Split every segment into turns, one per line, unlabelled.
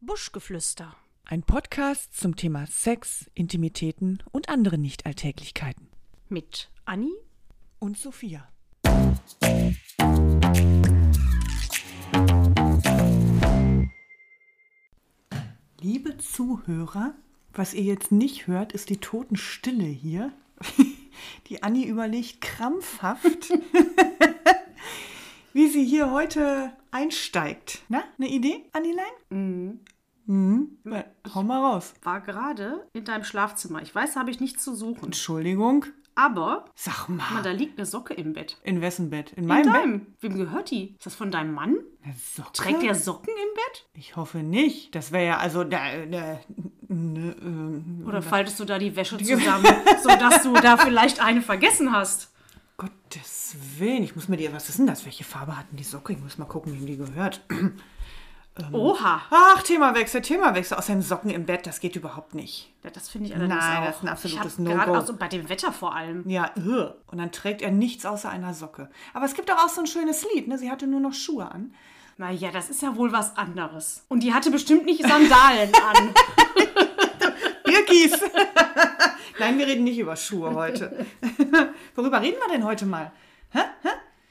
Buschgeflüster.
Ein Podcast zum Thema Sex, Intimitäten und andere Nichtalltäglichkeiten.
Mit Anni
Und Sophia. Liebe Zuhörer, was ihr jetzt nicht hört, ist die Totenstille hier. Die Anni überlegt krampfhaft, wie sie hier heute einsteigt. Na, eine Idee, Annilein? Mhm. Na, Hau mal raus.
war gerade in deinem Schlafzimmer. Ich weiß, da habe ich nichts zu suchen.
Entschuldigung.
Aber,
Sag
guck mal,
mal.
da liegt eine Socke im Bett.
In wessen Bett? In meinem Bett?
Deinem. Wem gehört die? Ist das von deinem Mann?
Eine Socke?
Trägt der Socken im Bett?
Ich hoffe nicht. Das wäre ja also da, da, ne, ähm,
Oder faltest du da die Wäsche zusammen, sodass du da vielleicht eine vergessen hast?
Gottes Willen. Ich muss mir die. Was ist denn das? Welche Farbe hatten die Socke? Ich muss mal gucken, wem die gehört. Ähm.
Oha.
Ach, Themawechsel, Themawechsel. Außerdem Socken im Bett, das geht überhaupt nicht.
Ja, das finde ich allerdings
Nein,
auch.
das ist ein absolutes
Ich habe gerade
No-Go.
auch so bei dem Wetter vor allem.
Ja, ugh. und dann trägt er nichts außer einer Socke. Aber es gibt doch auch so ein schönes Lied, ne? Sie hatte nur noch Schuhe an.
Naja, das ist ja wohl was anderes. Und die hatte bestimmt nicht Sandalen an.
Birkis! Nein, wir reden nicht über Schuhe heute. Worüber reden wir denn heute mal?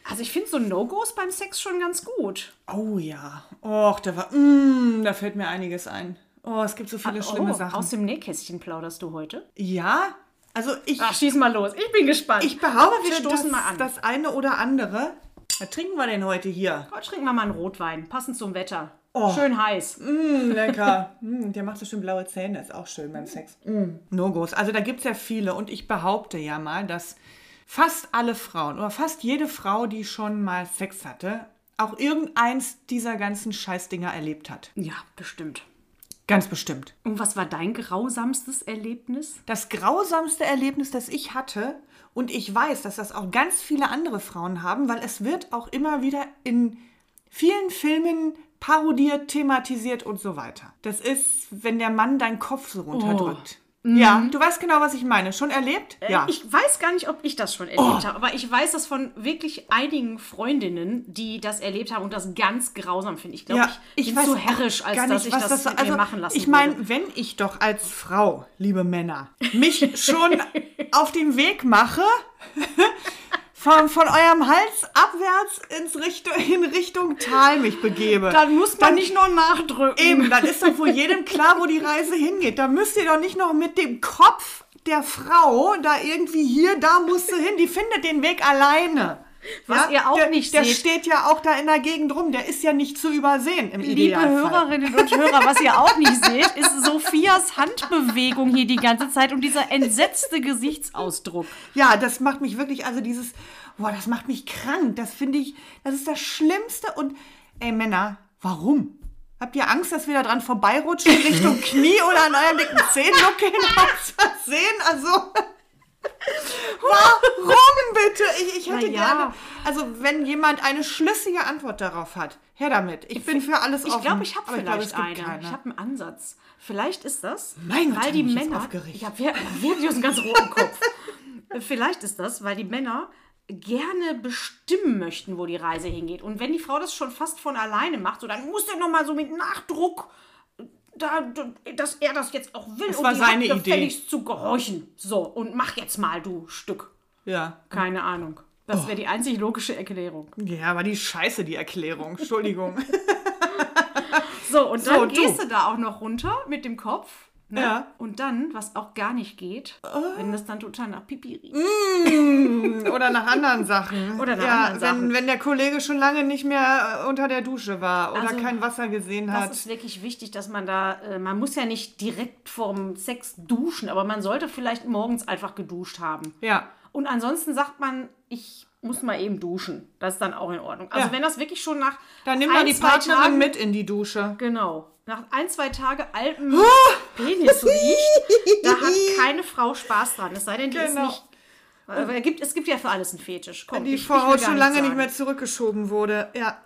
Also ich finde so No-Gos beim Sex schon ganz gut.
Oh ja. Och, da war. Mm, da fällt mir einiges ein. Oh, es gibt so viele schlimme
oh,
Sachen.
Aus dem Nähkästchen plauderst du heute?
Ja, also ich,
Ach, schieß mal los. Ich bin gespannt.
ich behaupte,
wir stoßen
das,
mal an.
das eine oder andere. Was trinken wir denn heute hier?
Heute trinken wir mal einen Rotwein, passend zum Wetter.
Oh.
Schön heiß.
Mm, lecker. mm, der macht so schön blaue Zähne, ist auch schön beim Sex. Mm. No-Gos. Also da gibt es ja viele und ich behaupte ja mal, dass fast alle Frauen oder fast jede Frau, die schon mal Sex hatte, auch irgendeins dieser ganzen Scheißdinger erlebt hat.
Ja, bestimmt.
Ganz bestimmt.
Und was war dein grausamstes Erlebnis?
Das grausamste Erlebnis, das ich hatte, und ich weiß, dass das auch ganz viele andere Frauen haben, weil es wird auch immer wieder in vielen Filmen parodiert, thematisiert und so weiter. Das ist, wenn der Mann deinen Kopf so runterdrückt. Ja, du weißt genau, was ich meine. Schon erlebt? ja. Oh.
Ich weiß gar nicht, ob ich das schon erlebt habe, aber ich weiß das von wirklich einigen Freundinnen, die das erlebt haben und das ganz grausam finden. Ich glaube,
ja,
ich, bin zu herrisch, als
gar
dass
nicht,
ich
was
das,
so- also
mit mir machen lassen
Ich meine,
würde.
wenn ich doch als Frau, liebe Männer, mich schon auf den Weg mache, von, von eurem Hals abwärts ins Richtung, in Richtung Tal mich begebe.
Dann muss man nicht nur nachdrücken.
Eben, dann ist doch wohl jedem klar, wo die Reise hingeht. Da müsst ihr doch nicht noch mit dem Kopf der Frau da irgendwie hier, da musst du hin. Die findet den Weg alleine.
Was ihr auch
der,
nicht
Der
seht.
steht ja auch da in der Gegend rum. Der ist ja nicht zu übersehen im
Liebe
Idealfall.
Hörerinnen und Hörer, was ihr auch nicht seht, ist Sophias Handbewegung hier die ganze Zeit und dieser entsetzte Gesichtsausdruck.
Ja, das macht mich wirklich, also dieses, boah, das macht mich krank. Das finde ich, das ist das Schlimmste. Und, ey Männer, warum? Habt ihr Angst, dass wir da dran vorbeirutschen Richtung Knie oder an euren dicken Zehennuckeln aus Versehen? Also, warum bitte? Ich, ich hätte
Na ja.
gerne, also wenn jemand eine schlüssige Antwort darauf hat, her damit. Ich, bin für alles offen.
Ich glaube, ich habe
Aber
vielleicht
glaube, es
eine.
gibt keine.
Ich habe einen Ansatz. Vielleicht ist das,
Mein Gott,
weil die
bin ich jetzt
Männer.
aufgeregt.
Ja, wir, wir haben einen ganz roten Kopf. vielleicht ist das, weil die Männer gerne bestimmen möchten, wo die Reise hingeht. Und wenn die Frau das schon fast von alleine macht, so, dann muss der nochmal so mit Nachdruck. Da, dass er das jetzt auch will um
war
die
seine
hat
Idee.
gefälligst zu gehorchen. So, und mach jetzt mal, du Stück.
ja.
Keine Ahnung.
Oh.
Das wäre die einzig logische Erklärung.
ja, aber die Scheiße, die Erklärung. Entschuldigung.
So, und dann
So, du.
gehst du da auch noch runter mit dem Kopf. Ne?
Ja. Äh.
Und dann, was auch gar nicht geht, wenn das dann total nach Pipi riecht.
Mhm. Oder nach anderen Sachen.
Oder nach anderen
wenn,
Sachen.
Wenn der Kollege schon lange nicht mehr äh, unter der Dusche war oder
Also,
kein Wasser gesehen
Das
hat.
ist wirklich wichtig, dass man da, äh, man muss ja nicht direkt vorm Sex duschen, aber man sollte vielleicht morgens einfach geduscht haben.
Ja.
Und ansonsten sagt man, ich muss mal eben duschen. Das ist dann auch in Ordnung. Also
Ja.
wenn das wirklich schon nach
Dann nimm
ein,
mal die
zwei
Partnerin
Tagen,
mit in die Dusche.
Genau. Nach ein, zwei Tage altem
Ah!
Penis riecht, da hat keine Frau Spaß dran. Es sei denn, die
Genau.
ist nicht. Aber es gibt, es gibt ja für alles einen Fetisch. Komm,
Die
ich- ich will
Vorhaut
gar
schon lange
sagen. Äh,
nicht mehr zurückgeschoben wurde. Ja.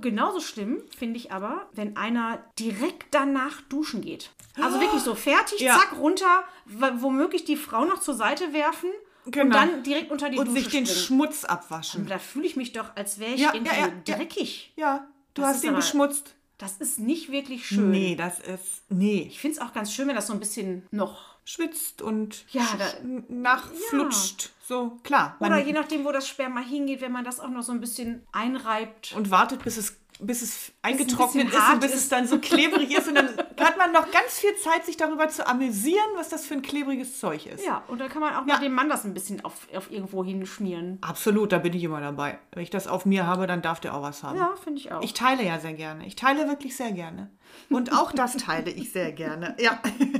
Genauso schlimm finde ich aber, wenn einer direkt danach duschen geht. Also wirklich so fertig,
Ja.
zack, runter, w- womöglich die Frau noch zur Seite werfen und
Genau.
dann direkt unter die
Und
Dusche
sich den
springen.
Schmutz abwaschen.
Da fühle ich mich doch, als wäre ich
Ja,
irgendwie
ja, ja, ja.
dreckig.
Ja, du
Das
hast
ist
ihn
aber-
beschmutzt.
Das ist nicht wirklich schön.
Nee, das ist. Nee.
Ich finde es auch ganz schön, wenn das so ein bisschen noch.
Schwitzt und
Ja,
sch-
da-
nachflutscht. So, klar. Man,
Oder je nachdem, wo das Sperma hingeht, wenn man das auch noch so ein bisschen einreibt.
und wartet, bis es, bis es eingetrocknet
bisschen
ist und
hart
bis
ist.
es dann so klebrig ist. Und dann hat man noch ganz viel Zeit, sich darüber zu amüsieren, was das für ein klebriges Zeug ist.
Ja, und dann kann man auch
Ja.
mit dem Mann das ein bisschen auf, auf irgendwo hinschmieren.
Absolut, da bin ich immer dabei. Wenn ich das auf mir habe, dann darf der auch was haben.
Ja, finde ich auch.
Ich teile ja sehr gerne. Ich teile wirklich sehr gerne. Und auch das teile ich sehr gerne. Ja.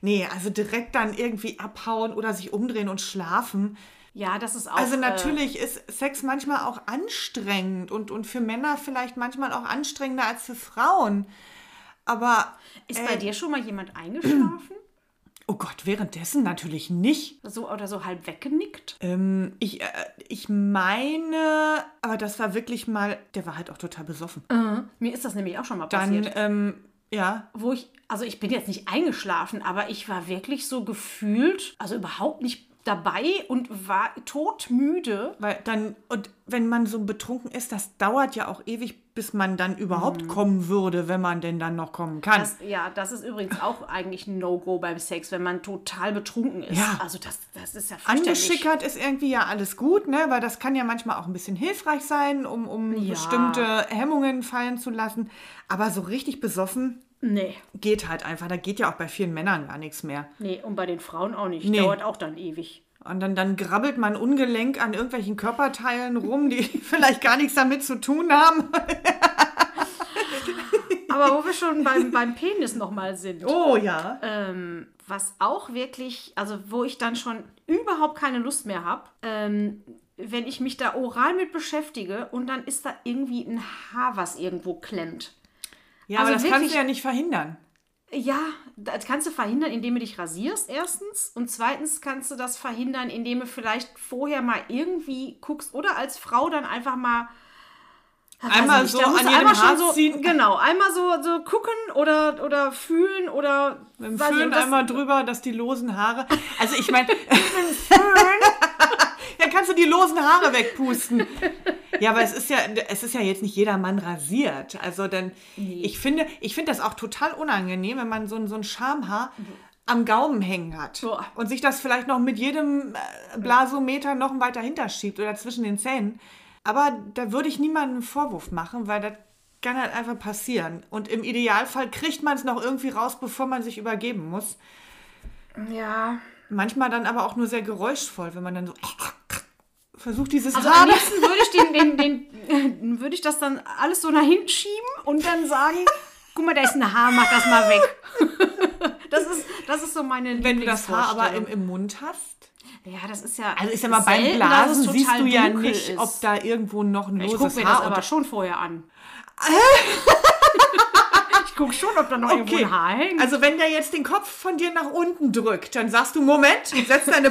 Nee, also direkt dann irgendwie abhauen oder sich umdrehen und schlafen.
ja, das ist auch.
Also
äh,
natürlich ist Sex manchmal auch anstrengend und, und für Männer vielleicht manchmal auch anstrengender als für Frauen. Aber,
ist
äh,
bei dir schon mal jemand eingeschlafen?
oh Gott, währenddessen natürlich nicht.
so, oder so halb weggenickt?
Ähm, ich, äh, ich meine, aber das war wirklich mal, der war halt auch total besoffen.
Mir ist das nämlich auch schon mal
Dann,
passiert.
ähm, ja,
Wo ich, also ich bin jetzt nicht eingeschlafen, aber ich war wirklich so gefühlt, also überhaupt nicht dabei und war todmüde.
weil dann, und wenn man so betrunken ist, das dauert ja auch ewig, bis man dann überhaupt kommen würde, wenn man denn dann noch kommen kann.
Mhm. Das, ja, das ist übrigens auch eigentlich ein No-Go beim Sex, wenn man total betrunken ist.
Ja.
Also das, das ist ja fürchterlich.
Angeschickert ist irgendwie ja alles gut, ne? weil das kann ja manchmal auch ein bisschen hilfreich sein, um, um bestimmte Hemmungen fallen zu lassen. Aber so richtig besoffen
Nee,
geht halt einfach. Da geht ja auch bei vielen Männern gar nichts mehr.
nee, und bei den Frauen auch nicht.
Nee.
Dauert auch dann ewig.
Und dann, dann grabbelt man ungelenk an irgendwelchen Körperteilen rum, die vielleicht gar nichts damit zu tun haben.
Aber wo wir schon beim, beim Penis nochmal sind.
Oh ja.
Ähm, was auch wirklich, also wo ich dann schon überhaupt keine Lust mehr habe, ähm, wenn ich mich da oral mit beschäftige und dann ist da irgendwie ein Haar, was irgendwo klemmt.
ja,
also
aber das kannst
wirklich-
du ja nicht verhindern.
Ja, das kannst du verhindern, indem du dich rasierst, erstens. Und zweitens kannst du das verhindern, indem du vielleicht vorher mal irgendwie guckst oder als Frau dann einfach mal. Ja, weiß
Einmal
ich
so
also da musst
an
du
jedem
einmal schon
Haar
so,
ziehen.
Genau, einmal so, so gucken oder, oder fühlen oder.
Mit dem
weiß ich,
Föhn
um das-
einmal drüber, dass die losen Haare. Also ich meine, ja, kannst du die losen Haare wegpusten. Ja, aber es ist ja, es ist ja jetzt nicht jeder Mann rasiert. Also dann, ich finde, ich finde das auch total unangenehm, wenn man so ein, so ein Schamhaar am Gaumen hängen hat
Mhm. Boah.
und sich das vielleicht noch mit jedem äh, Blasometer noch weiter hinterschiebt oder zwischen den Zähnen. Aber da würde ich niemandem einen Vorwurf machen, weil das kann halt einfach passieren. Und im Idealfall kriegt man es noch irgendwie raus, bevor man sich übergeben muss.
Ja.
Manchmal dann aber auch nur sehr geräuschvoll, wenn man dann so versucht, dieses
Also
Haar
am liebsten würde ich den, den, den äh, würde ich das dann alles so nach hinten schieben und dann sagen, guck mal, da ist ein Haar, mach das mal weg. Das ist, das ist so meine
Wenn du das Haar aber im,
Lieblingsvorstellung.
im Mund hast.
Ja, das ist ja.
Also ich sag mal, beim
selten, dass es
Blasen siehst
total
du ja
dunkel
nicht,
ist.
ob da irgendwo noch ein
Ich gucke
loses
mir das
Haar
aber
oder
schon vorher an. ich gucke schon, ob da noch irgendwo ein Haar hängt.
Ah, Also wenn der jetzt den Kopf von dir nach unten drückt, dann sagst du, Moment, setz deine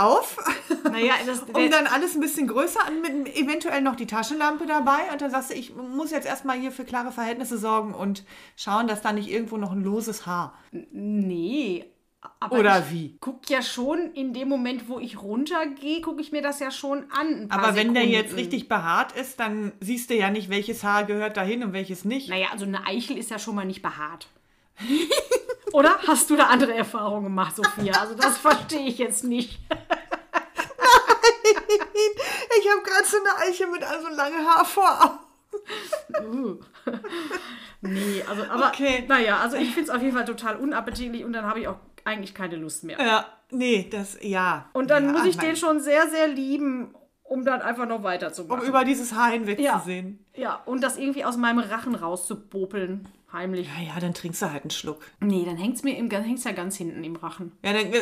auf,
naja, das,
um dann alles ein bisschen größer an, mit eventuell noch die Taschenlampe dabei. Und dann sagst du, ich muss jetzt erstmal hier für klare Verhältnisse sorgen und schauen, dass da nicht irgendwo noch ein loses Haar.
nee. Aber
Oder
ich
wie?
Guck ja schon in dem Moment, wo ich runtergehe, gucke ich mir das ja schon an. ein paar
Aber wenn der
Sekunden.
jetzt richtig behaart ist, dann siehst du ja nicht, welches Haar gehört dahin und welches nicht.
Naja, also eine Eichel ist ja schon mal nicht behaart. Oder hast du da andere Erfahrungen gemacht, Sophia? Also das verstehe ich jetzt nicht.
Ich habe gerade so eine Eiche mit also lange Haar vor Augen.
Nee, also aber
Okay.
naja, also ich finde es auf jeden Fall total unappetitlich und dann habe ich auch eigentlich keine Lust mehr.
Ja, nee, das, ja.
Und dann
Äh, ja, ah,
muss ich
mein-
den schon sehr, sehr lieben, um dann einfach noch
Um
weiterzumachen.
über dieses Haar hinweg
Ja.
zu sehen.
ja, und das irgendwie aus meinem Rachen rauszubopeln, heimlich.
Ja, ja, dann trinkst du halt einen Schluck.
Nee, dann hängt es mir im, hängt's ja ganz hinten im Rachen.
Ja, dann äh,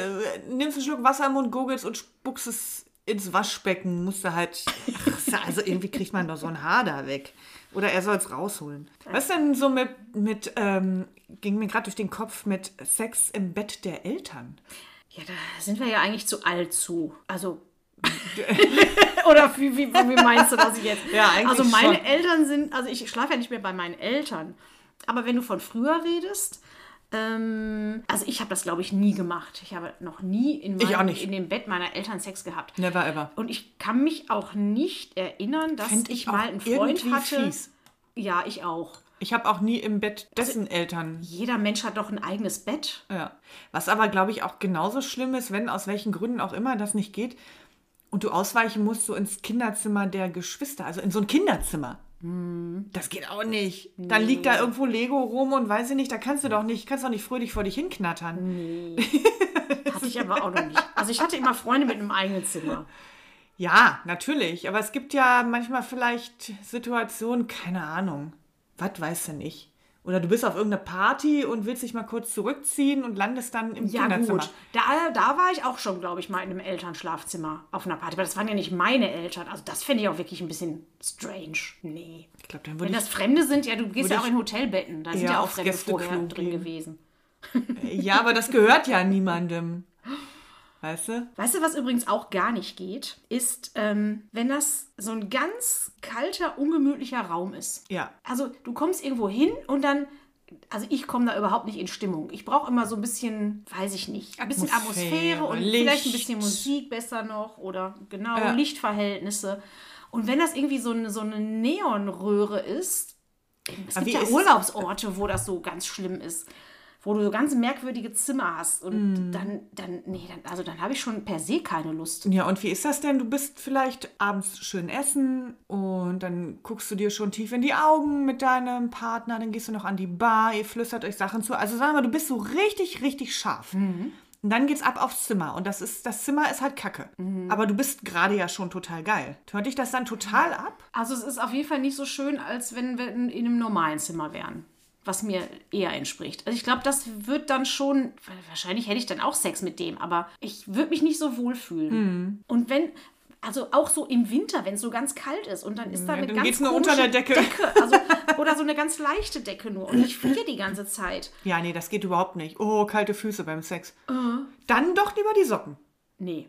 nimmst einen Schluck Wasser im Mund, gurgelst und spuckst es ins Waschbecken. Musst du halt. Ach, also irgendwie kriegt man doch so ein Haar da weg. Oder er soll es rausholen. Was denn so mit, mit ähm, ging mir gerade durch den Kopf mit Sex im Bett der Eltern?
Ja, da sind wir ja eigentlich zu alt zu. Also. Oder wie, wie, wie meinst du das jetzt?
Ja, eigentlich
Also meine
schon.
Eltern sind, also ich schlafe ja nicht mehr bei meinen Eltern. Aber wenn du von früher redest, ähm, also ich habe das, glaube ich, nie gemacht. Ich habe noch nie in,
Ich auch
meinem-
nicht.
in dem Bett meiner Eltern Sex gehabt.
Never ever.
Und ich kann mich auch nicht erinnern, dass
Fänd
ich, mal
auch
einen Freund
irgendwie
hatte. Also
fies.
Ja, ich auch.
Ich habe auch nie im Bett dessen Eltern.
Jeder Mensch hat doch ein eigenes Bett.
Ja. Was aber, glaube ich, auch genauso schlimm ist, wenn aus welchen Gründen auch immer das nicht geht und du ausweichen musst so ins Kinderzimmer der Geschwister, also in so ein Kinderzimmer.
Hm.
Das geht auch nicht. Dann liegt da irgendwo Lego rum und weiß ich nicht, da kannst du doch nicht, kannst doch nicht fröhlich vor dich
Hm.
hinknattern.
Hatte ich aber auch noch nicht. Also ich hatte immer Freunde mit einem eigenen Zimmer.
Ja, natürlich. Aber es gibt ja manchmal vielleicht Situationen, keine Ahnung. Was weiß denn ich? Oder du bist auf irgendeiner Party und willst dich mal kurz zurückziehen und landest dann im
Ja,
Kinderzimmer.
gut. Da, da war ich auch schon, glaube ich, mal in einem Elternschlafzimmer auf einer Party. Aber das waren ja nicht meine Eltern. Also das fände ich auch wirklich ein bisschen strange. Nee.
Ich glaube, dann
Wenn
würde ich.
das Fremde sind, ja, du gehst ja auch
ich
in Hotelbetten. Da sind
eher
ja auch
aufs
Fremde
Gästeklo
vorher drin
gehen.
gewesen.
Ja, aber das gehört ja niemandem. Weißt du?
Weißt du, was übrigens auch gar nicht geht, ist, ähm, wenn das so ein ganz kalter, ungemütlicher Raum ist.
Ja.
Also du kommst irgendwo hin und dann, also ich komme da überhaupt nicht in Stimmung. Ich brauche immer so ein bisschen, weiß ich nicht, ein bisschen
Atmosphäre,
Atmosphäre und
Licht.
vielleicht ein bisschen Musik besser noch oder genau
Ja.
Lichtverhältnisse. Und wenn das irgendwie so eine, so eine Neonröhre ist, es
Aber
gibt
wie
ja
ist-
Urlaubsorte, wo das so ganz schlimm ist wo du so ganz merkwürdige Zimmer hast und
Mm.
dann, dann, nee, dann, also dann habe ich schon per se keine Lust.
Ja, und wie ist das denn? Du bist vielleicht abends schön essen und dann guckst du dir schon tief in die Augen mit deinem Partner, dann gehst du noch an die Bar, ihr flüstert euch Sachen zu. Also sagen wir mal, du bist so richtig, richtig scharf. Und dann geht's ab aufs Zimmer und das ist das Zimmer ist halt Kacke. Aber du bist gerade ja schon total geil. Hört dich das dann total ab?
Also es ist auf jeden Fall nicht so schön, als wenn wir in, in einem normalen Zimmer wären, was mir eher entspricht. Also ich glaube, das wird dann schon, wahrscheinlich hätte ich dann auch Sex mit dem, aber ich würde mich nicht so wohlfühlen.
Mhm.
Und wenn, also auch so im Winter, wenn es so ganz kalt ist und dann ist da eine
dann
ganz
geht's nur unter der
komische
Decke.
also, oder so eine ganz leichte Decke nur und ich friere die ganze Zeit.
Ja, nee, das geht überhaupt nicht. Oh, kalte Füße beim Sex. Dann doch lieber die Socken.
Nee.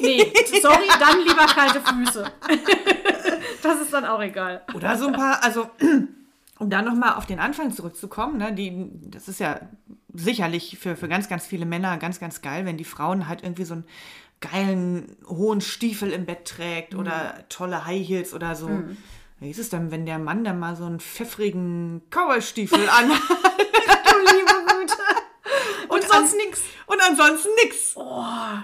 Nee, sorry, dann lieber kalte Füße. das ist dann auch egal.
Oder so ein paar, also um da nochmal auf den Anfang zurückzukommen, ne, die, das ist ja sicherlich für, für ganz, ganz viele Männer ganz, ganz geil, wenn die Frauen halt irgendwie so einen geilen, hohen Stiefel im Bett
Mhm.
trägt oder tolle High Heels oder so. Wie ist es denn, wenn der Mann dann mal so einen pfeffrigen Cowboy-Stiefel an
Und sonst nix.
Oh, und ansonsten nix?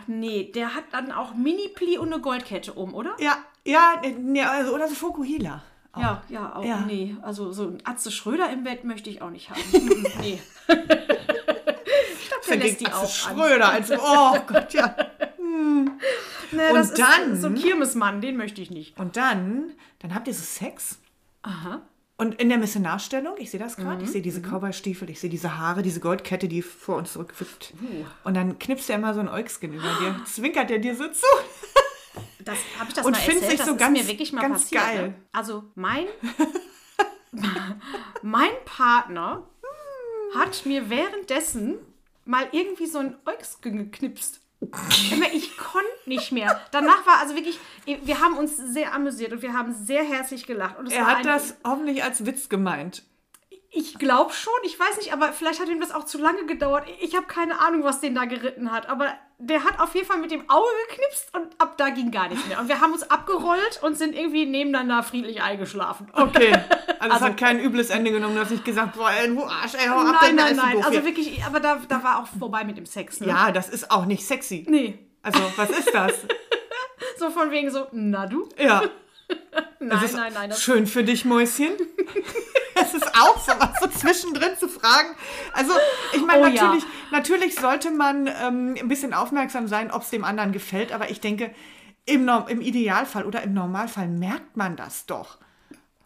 Nee, der hat dann auch Mini-Pli und eine Goldkette um, oder?
Ja, ja, nee, also, oder so Fokuhila.
Ja, ja, auch
Ja.
nee. Also so ein Atze Schröder im Bett möchte ich auch nicht haben. Mhm, nee. ich glaube, der lässt die auch
Axel
an.
Schröder. Also, oh Gott, ja.
Nee,
Und dann-
ist so ein Kirmesmann, den möchte ich nicht.
Und dann, dann habt ihr so Sex. Und in der Missionarstellung, ich sehe das gerade,
Mhm,
ich sehe diese Cowboy-Stiefel, ich sehe diese Haare, diese Goldkette, die vor uns zurückwippt.
Uh.
Und dann knipst er immer so ein Äugschen über dir, zwinkert er dir so zu.
Das habe ich das
Und
mal
find's
erzählt,
nicht
das
so
ist
ganz-
mir wirklich mal
ganz
passiert.
geil.
Ne? Also mein mein Partner hat mir währenddessen mal irgendwie so ein Äugstgen geknipst. Immer, Ich konnte nicht mehr. Danach war also wirklich, wir haben uns sehr amüsiert und wir haben sehr herzlich gelacht. Und es
Er
war
hat
ein,
das hoffentlich als Witz gemeint.
Ich glaube schon, ich weiß nicht, aber vielleicht hat ihm das auch zu lange gedauert. Ich habe keine Ahnung, was den da geritten hat, aber der hat auf jeden Fall mit dem Auge geknipst und ab da ging gar nichts mehr. Und wir haben uns abgerollt und sind irgendwie nebeneinander friedlich eingeschlafen.
Okay. Also, es hat kein übles Ende genommen. Du hast nicht gesagt, boah, ey, du Arsch, ey, hau ab,
nein,
denn da
nein,
ist ein
nein.
Buch
Also
hier.
wirklich, aber da, da war auch vorbei mit dem Sex. Ne?
Ja, das ist auch nicht sexy.
Nee.
Also, was ist das?
So von wegen so, na du?
Ja.
Nein,
Das ist
nein, nein. Das,
Schön für dich, Mäuschen. Es ist auch so was so zwischendrin zu fragen. Also, ich meine,
Oh ja.
natürlich, natürlich sollte man ähm, ein bisschen aufmerksam sein, ob es dem anderen gefällt, aber ich denke, im, Norm- im Idealfall oder im Normalfall merkt man das doch.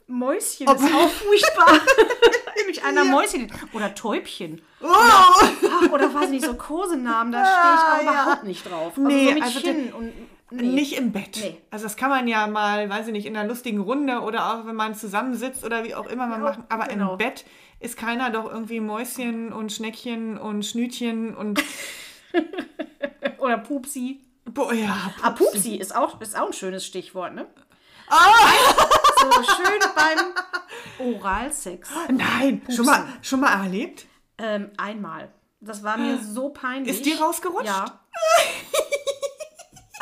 Mäuschen ist auch furchtbar. Nämlich einer Mäuschen. Oder Täubchen.
Oh!
Ach, Ah, oder weiß nicht, so Kosenamen, da stehe ich auch
Ja, Ah, ja.
überhaupt nicht drauf. Also
Nee,
so mit
also
Chin und. Nee.
Nicht im Bett.
Nee.
Also das kann man ja mal, weiß ich nicht, in einer lustigen Runde oder auch wenn man zusammensitzt oder wie auch immer man
Ja,
machen. Aber
genau.
im Bett ist keiner doch irgendwie Mäuschen und Schneckchen und Schnütchen und
Oder Pupsi.
boah, ja,
Ah, Pupsi ist auch, ist auch ein schönes Stichwort, ne? So schön beim Oralsex.
Nein, schon mal, schon mal erlebt?
Ähm, einmal. Das war mir so peinlich.
Äh, Ist dir rausgerutscht?
Ja.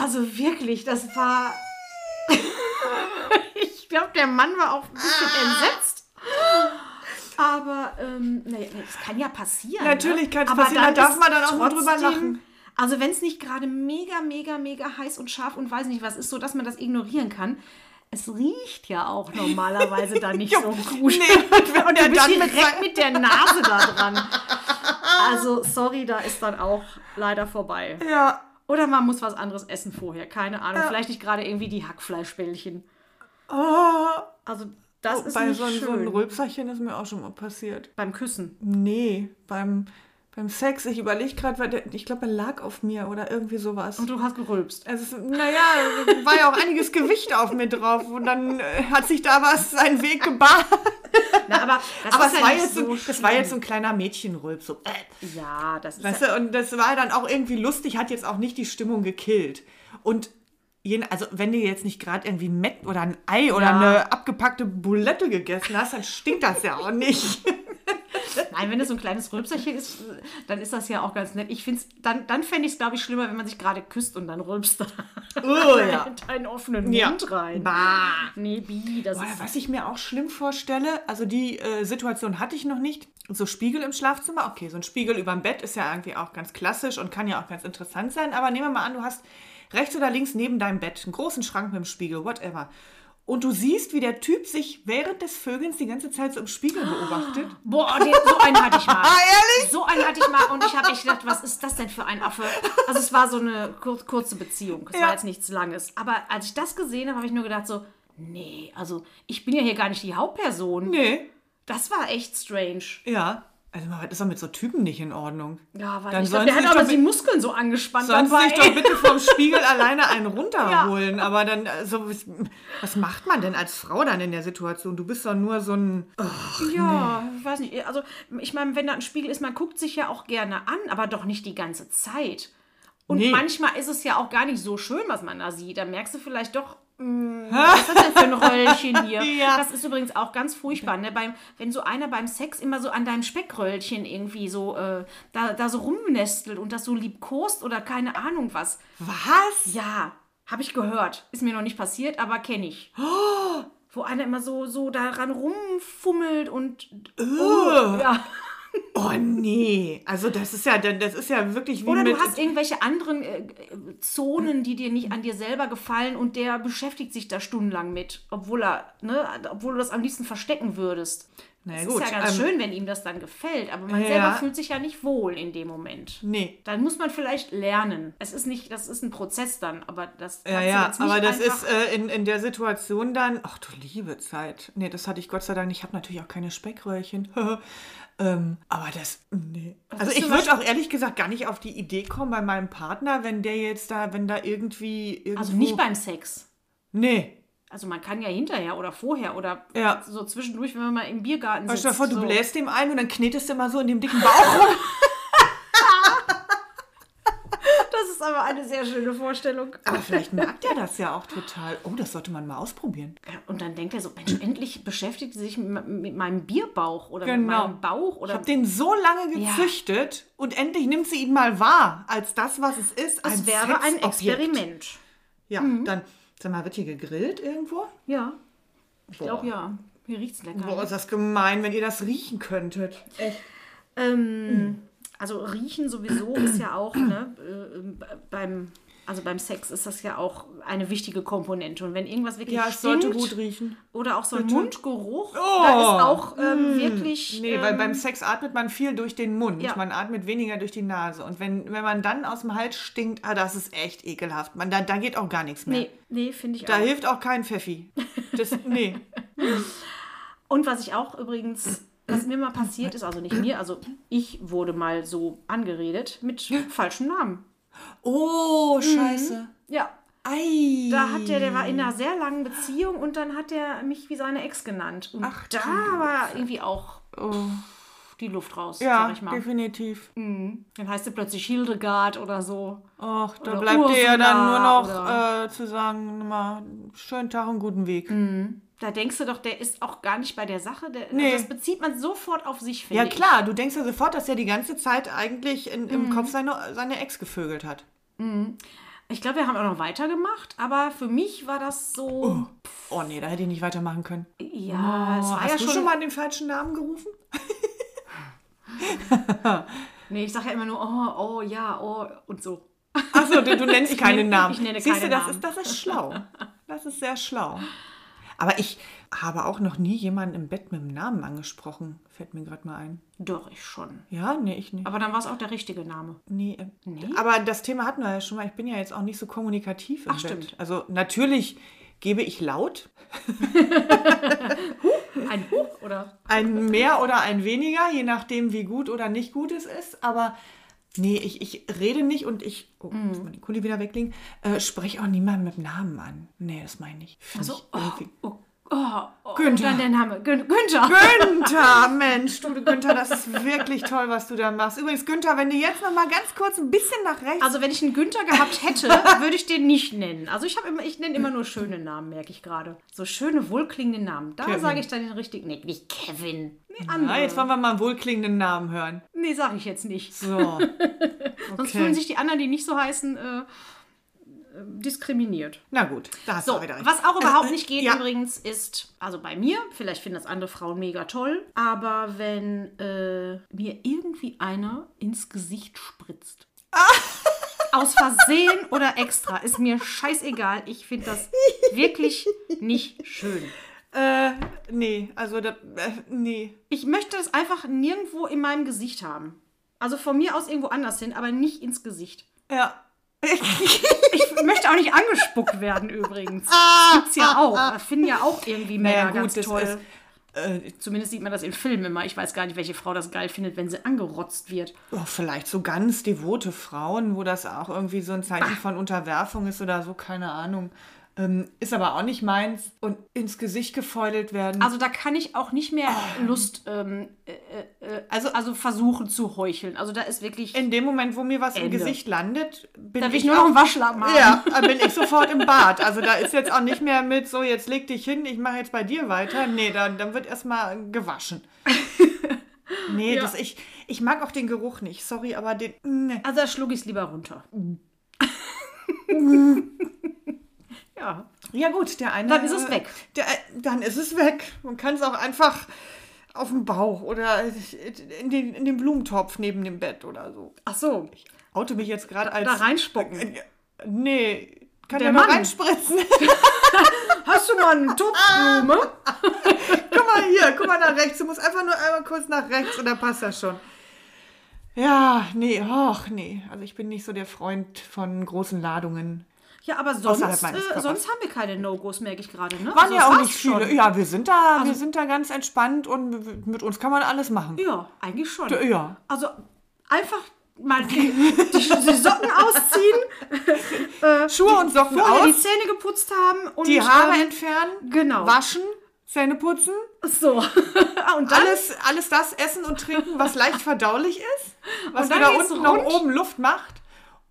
Also wirklich, das war.
Ah.
ich glaube, der Mann war auch ein bisschen entsetzt. Aber ähm, nee, nee, es kann ja passieren.
Natürlich
ne?
kann's
Aber
passieren,
dann
da darf
ist
man dann auch nur drüber
trotzdem-
lachen.
Also wenn es nicht gerade mega, mega, mega heiß und scharf und weiß nicht was ist, so dass man das ignorieren kann. Es riecht ja auch normalerweise dann nicht so gut.
Nee, und wenn
und
der
du bist
dann mit
direkt mit der Nase da dran. Also sorry, da ist dann auch leider vorbei.
Ja,
Oder man muss was anderes essen vorher. Keine Ahnung. Vielleicht nicht gerade irgendwie die Hackfleischbällchen. Also das ist
Oh, bei
nicht
so, ein-
schön.
so einem Rülpserchen ist mir auch schon mal passiert.
Beim Küssen.
Nee, beim, beim Sex, ich überlege gerade, weil der, ich glaube, er lag auf mir oder irgendwie sowas.
Und du hast gerülpst.
Also, naja, war ja auch einiges Gewicht auf mir drauf und dann äh, hat sich da was seinen Weg gebahnt.
Na, aber das
Aber
ist
es
ja
war,
nicht
jetzt so,
so
das war
schlimm.
jetzt so ein kleiner Mädchenrülp, so, äh,
Ja, das ist
weißt du, und das war dann auch irgendwie lustig, hat jetzt auch nicht die Stimmung gekillt. Und jen, also wenn du jetzt nicht gerade irgendwie Mett oder ein Ei oder
Ja.
eine abgepackte Boulette gegessen hast, dann stinkt das ja auch nicht.
Nein, wenn das so ein kleines Rülpserchen ist, dann ist das ja auch ganz nett. Ich find's, dann, dann fände ich es, glaube ich, schlimmer, wenn man sich gerade küsst und dann rülpst da
Oh, ja.
in deinen offenen Mund
Ja.
rein.
Bah.
Nee, Bi, das
Oder
ist.
was ich mir auch schlimm vorstelle, also die äh, Situation hatte ich noch nicht. So Spiegel im Schlafzimmer, okay, so ein Spiegel über dem Bett ist ja irgendwie auch ganz klassisch und kann ja auch ganz interessant sein. Aber nehmen wir mal an, du hast rechts oder links neben deinem Bett einen großen Schrank mit dem Spiegel, whatever. Und du siehst, wie der Typ sich während des Vögelns die ganze Zeit so im Spiegel beobachtet.
Boah, den, so einen hatte ich mal.
Ah, ehrlich?
So einen hatte ich mal und ich habe echt gedacht, was ist das denn für ein Affe? Also es war so eine kur kurze Beziehung. Es war jetzt nichts Langes. Aber als ich das gesehen habe, habe ich nur gedacht so, nee, also ich bin ja hier gar nicht die Hauptperson.
Nee.
Das war echt strange.
Ja. Also mal, das ist doch mit so Typen nicht in Ordnung.
Ja, weil
Dann
ich glaub,
sollen
der
sie
hat
sich
aber
doch
die
mit-
Muskeln so angespannt
Sonst
dabei.
sich doch bitte vom Spiegel alleine einen runterholen. Aber dann, also, was- was macht man denn als Frau dann in der Situation? Du bist doch nur so ein
Ja, ich weiß nicht. Also, ich meine, wenn da ein Spiegel ist, man guckt sich ja auch gerne an, aber doch nicht die ganze Zeit. Und
Nee.
manchmal ist es ja auch gar nicht so schön, was man da sieht. Da merkst du vielleicht doch, mh, was ist das denn für ein Röllchen hier?
Ja.
Das ist übrigens auch ganz furchtbar, ne? beim, wenn so einer beim Sex immer so an deinem Speckröllchen irgendwie so äh, da, da so rumnestelt und das so liebkost oder keine Ahnung was.
Was?
Ja, habe ich gehört. Ist mir noch nicht passiert, aber kenne ich. Oh, Wo einer immer so, so daran rumfummelt und. Oh, ja.
Oh nee, also das ist ja, dann- das ist ja wirklich wie
Oder
mit
du hast irgendwelche anderen äh, äh, Zonen, die dir nicht an dir selber gefallen und der beschäftigt sich da stundenlang mit, obwohl er, ne, obwohl du das am liebsten verstecken würdest.
Na
Es
gut,
ist ja ganz
ähm,
schön, wenn ihm das dann gefällt, aber man
ja.
selber fühlt sich ja nicht wohl in dem Moment.
nee.
Dann muss man vielleicht lernen. Es ist nicht, das ist ein Prozess dann, aber das
Ja,
kannst du
ja,
jetzt nicht
aber das
einfach-
ist äh, in, in der Situation dann, ach du liebe Zeit. Nee, das hatte ich Gott sei Dank. nicht. Ich habe natürlich auch keine Speckröllchen. ähm, aber das, nee. Also
ist
ich
zum
würde
Beispiel-
auch ehrlich gesagt gar nicht auf die Idee kommen bei meinem Partner, wenn der jetzt da, wenn da irgendwie irgendwo,
Also nicht beim Sex.
nee.
Also man kann ja hinterher oder vorher oder
Ja.
so zwischendurch, wenn man mal im Biergarten
Aber
sitzt.
Stell dir vor, du
so.
bläst dem ein und dann knetest du immer so in dem dicken Bauch rum.
Das ist aber eine sehr schöne Vorstellung.
Aber vielleicht mag der das ja auch total. Oh, das sollte man mal ausprobieren.
Und dann denkt er so, Mensch, endlich beschäftigt sie sich mit, mit meinem Bierbauch oder mit
Genau.
meinem Bauch
Ich
oder
habe den so lange gezüchtet und endlich nimmt sie ihn mal wahr als das, was es ist.
das wäre ein
Sexobjekt.
Experiment.
Ja,
Mhm.
dann, sag mal, wird hier gegrillt irgendwo?
Ja,
Ich
ich glaube ja. Hier riecht's lecker.
Boah, ist das gemein, wenn ihr das riechen könntet.
Ähm, also riechen sowieso ist ja auch, ne, äh, beim, also beim Sex ist das ja auch eine wichtige Komponente. Und wenn irgendwas wirklich
Ja, es
stinkt,
sollte gut riechen.
Oder auch so ein Mundgeruch. Da ist auch ähm, wirklich.
Oh! Hm. Nee,
ähm,
weil beim Sex atmet man viel durch den Mund.
Ja.
Man atmet weniger durch die Nase. Und wenn, wenn man dann aus dem Hals stinkt, ah, das ist echt ekelhaft. Man, da, da geht auch gar nichts mehr.
Nee, nee finde ich
Da
auch.
hilft auch kein Pfeffi. Das, nee.
Und was ich auch übrigens, was mir mal passiert ist, also nicht mir, also ich wurde mal so angeredet mit falschem Namen.
Oh, scheiße.
Ja.
Ei.
Mhm. Da hat der, der war in einer sehr langen Beziehung und dann hat er mich wie seine Ex genannt. Und
Ach,
da
du Oh.
war irgendwie auch pff, die Luft raus,
ja,
sag ich mal. Mhm.
definitiv.
Dann heißt sie plötzlich Hildegard oder so.
Ach, da
Oder
bleibt dir ja dann nur
Ursula
noch äh, zu sagen, mal schönen Tag und guten Weg.
Da denkst du doch, der ist auch gar nicht bei der Sache. Der, also
Nee.
Das bezieht man sofort auf sich, finde
Ja
ich.
klar, du denkst ja sofort, dass er die ganze Zeit eigentlich in,
Mhm.
im Kopf seine, seine Ex gevögelt hat.
Ich glaube, wir haben auch noch weitergemacht, aber für mich war das so.
Oh nee, da hätte ich nicht weitermachen können.
Ja, es war
hast
ja
du
schon.
schon mal den falschen Namen gerufen?
Nee, ich sage ja immer nur, oh, oh, ja, oh und so.
Achso, du, du nennst
Ich
keine
nenne-
Namen.
ich nenne
Siehst du,
keine
das
Namen.
ist, das ist schlau. Das ist sehr schlau. Aber ich habe auch noch nie jemanden im Bett mit dem Namen angesprochen. Fällt mir gerade mal ein.
Doch, ich schon.
Ja, nee, ich nicht.
Aber dann war es auch der richtige Name.
Nee, äh, Aber das Thema hatten wir ja schon mal. Ich bin ja jetzt auch nicht so kommunikativ im
Ach,
Bett.
stimmt.
Also natürlich gebe ich laut,
Ein Huch oder?
ein mehr oder ein weniger, je nachdem, wie gut oder nicht gut es ist. Aber nee, ich, ich rede nicht und ich, oh,
Mhm.
muss mal die Kuli wieder weglegen, äh, spreche auch niemanden mit Namen an. Nee, das meine ich. Find
Also,
ich
oh,
irgendwie-
oh, oh, oh.
Günther.
Und dann der Name. Gün Günther.
Günther, Mensch, du Günther, das ist wirklich toll, was du da machst. Übrigens, Günther, wenn du jetzt noch mal ganz kurz ein bisschen nach rechts.
Also wenn ich einen Günther gehabt hätte, würde ich den nicht nennen. Also ich habe immer, ich nenne immer nur schöne Namen, merke ich gerade. So schöne, wohlklingende Namen. Da
Kevin.
sage ich dann den richtigen. Nee, nicht Kevin. Nee, andere.
Na, jetzt wollen wir mal einen wohlklingenden Namen hören.
Nee, sage ich jetzt nicht.
So.
Sonst
Okay.
fühlen sich die anderen, die nicht so heißen, äh, äh, diskriminiert.
Na gut, da hast du
So,
wieder recht. Äh,
was auch überhaupt nicht geht
ja.
übrigens ist, also bei mir, vielleicht finden das andere Frauen mega toll, aber wenn äh, mir irgendwie einer ins Gesicht spritzt. Aus Versehen oder extra, ist mir scheißegal. Ich finde das wirklich nicht schön.
Äh, nee, also da, äh, nee.
Ich möchte das einfach nirgendwo in meinem Gesicht haben. Also von mir aus irgendwo anders hin, aber nicht ins Gesicht.
Ja.
Ich möchte auch nicht angespuckt werden übrigens. Das gibt's ja auch. Das finden ja auch irgendwie Männer
Ah. Ja, gut,
ganz
das
toll.
ist. Äh,
Zumindest sieht man das in Filmen immer. Ich weiß gar nicht, welche Frau das geil findet, wenn sie angerotzt wird.
oh, vielleicht so ganz devote Frauen, wo das auch irgendwie so ein Zeichen von Unterwerfung ist oder so, keine Ahnung. Ähm, ist aber auch nicht meins. Und ins Gesicht gefeudelt werden.
Also da kann ich auch nicht mehr
Oh.
Lust, ähm, äh, äh, also, also versuchen zu heucheln. Also da ist wirklich,
in dem Moment, wo mir was im
Ende.
Gesicht landet, bin
da will ich
ich
nur
auch-
noch einen Waschlappen haben.
Ja, da bin ich sofort im Bad. Also da ist jetzt auch nicht mehr mit so, jetzt leg dich hin, ich mache jetzt bei dir weiter. Nee, dann, dann wird erstmal gewaschen. Nee,
Ja.
das, ich, ich mag auch den Geruch nicht. Sorry, aber den. Nee.
Also da schlug ich es lieber runter. ja,
Ja, gut, der eine.
Dann ist es weg.
Der, dann ist es weg. Man kann es auch einfach auf dem Bauch oder in den, in den Blumentopf neben dem Bett oder so.
ach so,
Oute mich jetzt gerade als. Äh,
da reinspucken.
Nee, kann
Der
der ja noch
Mann.
reinspritzen.
Hast du mal einen Topfblume?
guck mal hier, guck mal nach rechts. Du musst einfach nur einmal kurz nach rechts und dann passt das schon. Ja, nee, och, nee. Also ich bin nicht so der Freund von großen Ladungen.
Ja, aber
Außerhalb
sonst,
meines
äh,
Körpers.
sonst haben wir keine No-Gos, merke ich gerade. Ne?
Waren
Also
ja
das
auch
war's
nicht viele.
schon. Also
Ja, wir sind da, wir sind da ganz entspannt und w- mit uns kann man alles machen.
Ja, eigentlich schon.
Ja.
Also einfach mal die, die, die Socken ausziehen,
Schuhe und Socken
vorher die
aus,
Zähne geputzt haben und
die Haare
ähm,
entfernen,
genau.
waschen, Zähne putzen,
so. und dann
alles, alles das essen und trinken, was leicht verdaulich ist, was
Und dann
wieder
geht's
unten
rund.
nach oben Luft macht.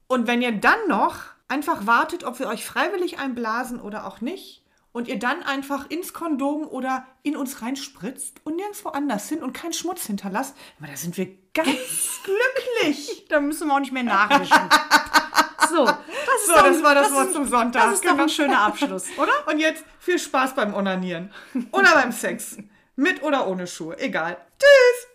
Und wenn ihr dann noch einfach wartet, ob wir euch freiwillig einblasen oder auch nicht, und ihr dann einfach ins Kondom oder in uns reinspritzt und nirgendwo anders hin und keinen Schmutz hinterlasst, aber da sind wir ganz glücklich.
da müssen wir auch nicht mehr nachwischen. so, das ist
So,
doch ein-
das war das Wort
ist-
zum Sonntag.
Das ist doch
Genau.
ein schöner Abschluss, oder?
Und jetzt viel Spaß beim Onanieren oder beim Sex. Mit oder ohne Schuhe, egal. Tschüss!